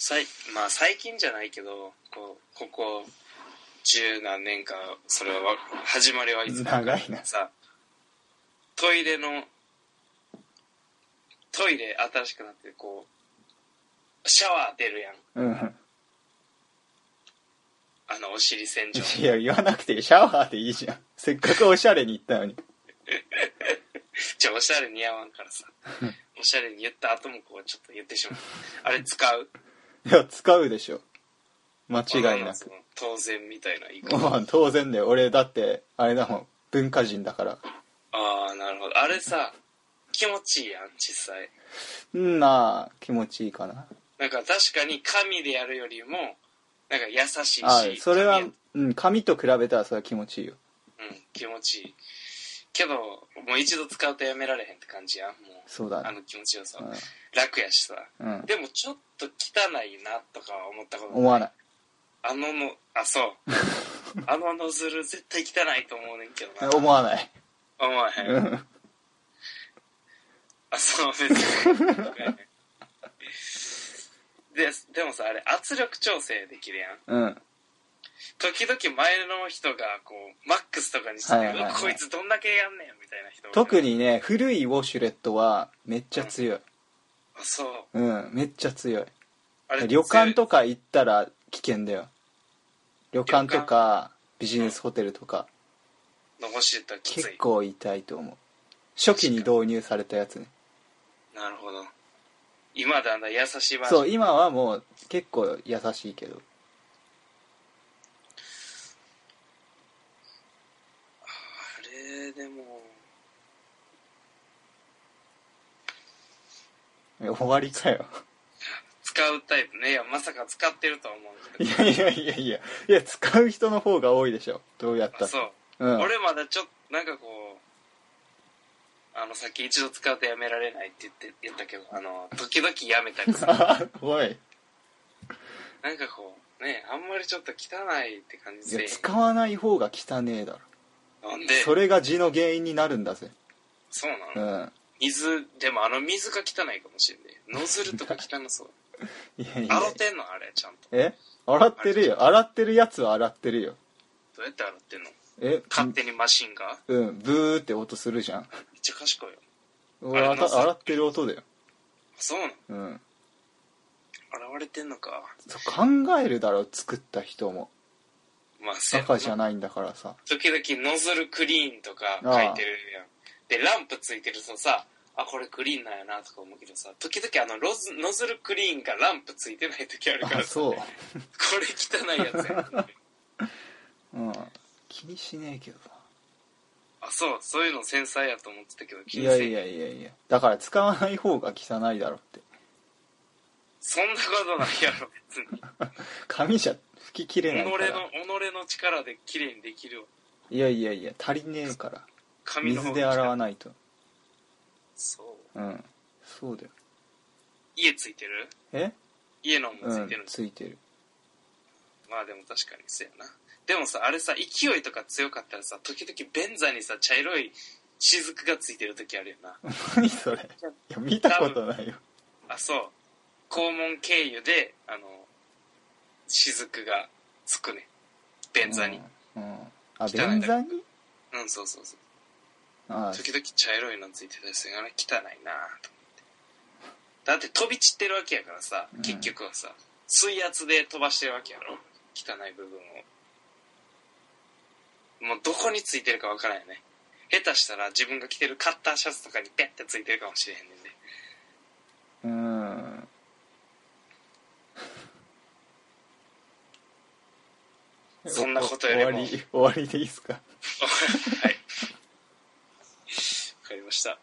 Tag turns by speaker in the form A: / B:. A: さいまあ最近じゃないけどこうここ十何年かそれはわ始まりはいつか
B: 長いな
A: さトイレのトイレ新しくなってこうシャワー出るやん
B: うん。
A: あのお尻洗 浄
B: いや、言わなくていい。シャワーでいいじゃん。せっかくおしゃれに行ったのに。
A: じゃあおしゃれ似合わんから さおしゃれに言った後もこうちょっと言ってしまうあれ使う
B: いや、使うでしょ。間違い
A: ま
B: な
A: あ
B: く。
A: その当然みたいな言い方
B: まあ、当然だよ。俺、だって、あれだもん。文化人だから。
A: ああなるほどあれさ気持ちいいやん実際
B: うん、まあ、気持ちいいかな。
A: なんか確かに紙でやるよりもなんか優しい
B: あ
A: し
B: それは
A: 紙や、
B: うん、紙と比べたらそれは気持ちいいよ。
A: うん、気持ちいいけどもう一度使うとやめられへんって感じやんもう
B: そうだ
A: あ
B: ね。
A: の気持ちよさ、楽やしさ
B: うん。うん、
A: でもちょっと汚いなとかは思ったこと
B: 思わない。
A: あののあそう あのノズル絶対汚いと思うねんけどな
B: 思わない。
A: 思わへん
B: うん。
A: あそう 別にででもさあれ圧力調整できるやん
B: うん。
A: 時々前の人がこうマックスとかにして、
B: はいはいはいう
A: わこいつどんだけやんねんみたいな人
B: 特にね、古いウォシュレットはめっちゃ強い。
A: あそう
B: うん、めっちゃ強い。
A: あれ
B: 旅館とか行ったら危険だよ。旅館とか、ビジネスホテルとか、
A: 残してたらきつ
B: 結
A: い
B: 構痛いと思う。初期に導入されたやつね。
A: なるほど今だんだん優しいバージョ
B: そう、
A: ン
B: 今はもう結構優しいけど。
A: あれでも
B: え終わりかよ。
A: 使うタイプねいやまさか使ってるとは思うんだけ
B: い
A: ど
B: やいやいやいや、いや、使う人の方が多いでしょ。どうやった
A: あ
B: ら
A: そう、
B: うん。
A: 俺まだちょっとなんかこうあのさっき一度使うとやめられないって言って言ったけどあの時々やめたり さ
B: おい。
A: なんかこうねあんまりちょっと汚いって感じ
B: いや
A: で、
B: 使わない方が汚ねえだろ。
A: なんで
B: それが字の原因になるんだぜ。
A: そうなの、
B: うん。
A: 水でもあの水が汚いかもしれないノズルとか汚そう
B: いや いや
A: 洗っ。てんのあれちゃんと
B: え洗ってるよ。洗ってるやつは洗ってるよ。
A: どうやって洗ってんの
B: え
A: 勝手にマシンがめっ
B: うん、ブーって音するじゃん。
A: ちゃ賢いよ
B: 俺
A: あ
B: あ
A: れな
B: た
A: さ
B: 洗ってる音だよ。
A: そうなの
B: うん。
A: 洗われてんのか
B: そう考えるだろ、作った人も。
A: まあせ
B: バカじゃないんだからさ。
A: 時々ノズルクリーンとか書いてるやんでランプついてるとさあこれクリーンなんやなとか思うけどさ時々あのロズノズルクリーンがランプついてない時あるから
B: あ、
A: さ
B: そう。
A: これ汚いやつやん
B: うん。気にしねえけどさ。
A: あそうそういうの繊細やと思ってたけど気
B: い
A: に
B: や
A: せえ
B: いやいやいや。だから使わない方が汚いだろって。
A: そんなことないやろ別に
B: 紙じゃ吹き切れないか
A: 己
B: ら。
A: の己の力で綺麗にできるわ
B: いやいやいや、足りねえから。
A: 髪の
B: 水で洗わ
A: い
B: ないと。
A: そう
B: うん。そうだよ。
A: 家ついてる
B: え
A: 家のもつい
B: うん
A: てる、、
B: ついてる。
A: まあでも確かにそうやなでもさあれさ勢いとか強かったらさ時々便座にさ茶色い雫がついてる時あるよな
B: 何それ。いや、見たことないよ。
A: あそう肛門経由であの雫がつくね便座に
B: うん。うん。あ、
A: 汚い
B: 便座に
A: うん、そうそうそう
B: あ
A: 時々茶色いのついてたりするよね汚いなと思ってだって飛び散ってるわけやからさ
B: うん
A: 結局はさ、水圧で飛ばしてるわけやろ汚い部分をもうどこについてるかわからんよね下手したら自分が着てるカッターシャツとかにペッてついてるかもしれへんねんで
B: うん。
A: そんなことよりも
B: お終わり、終わりでいいですか
A: はいわかりました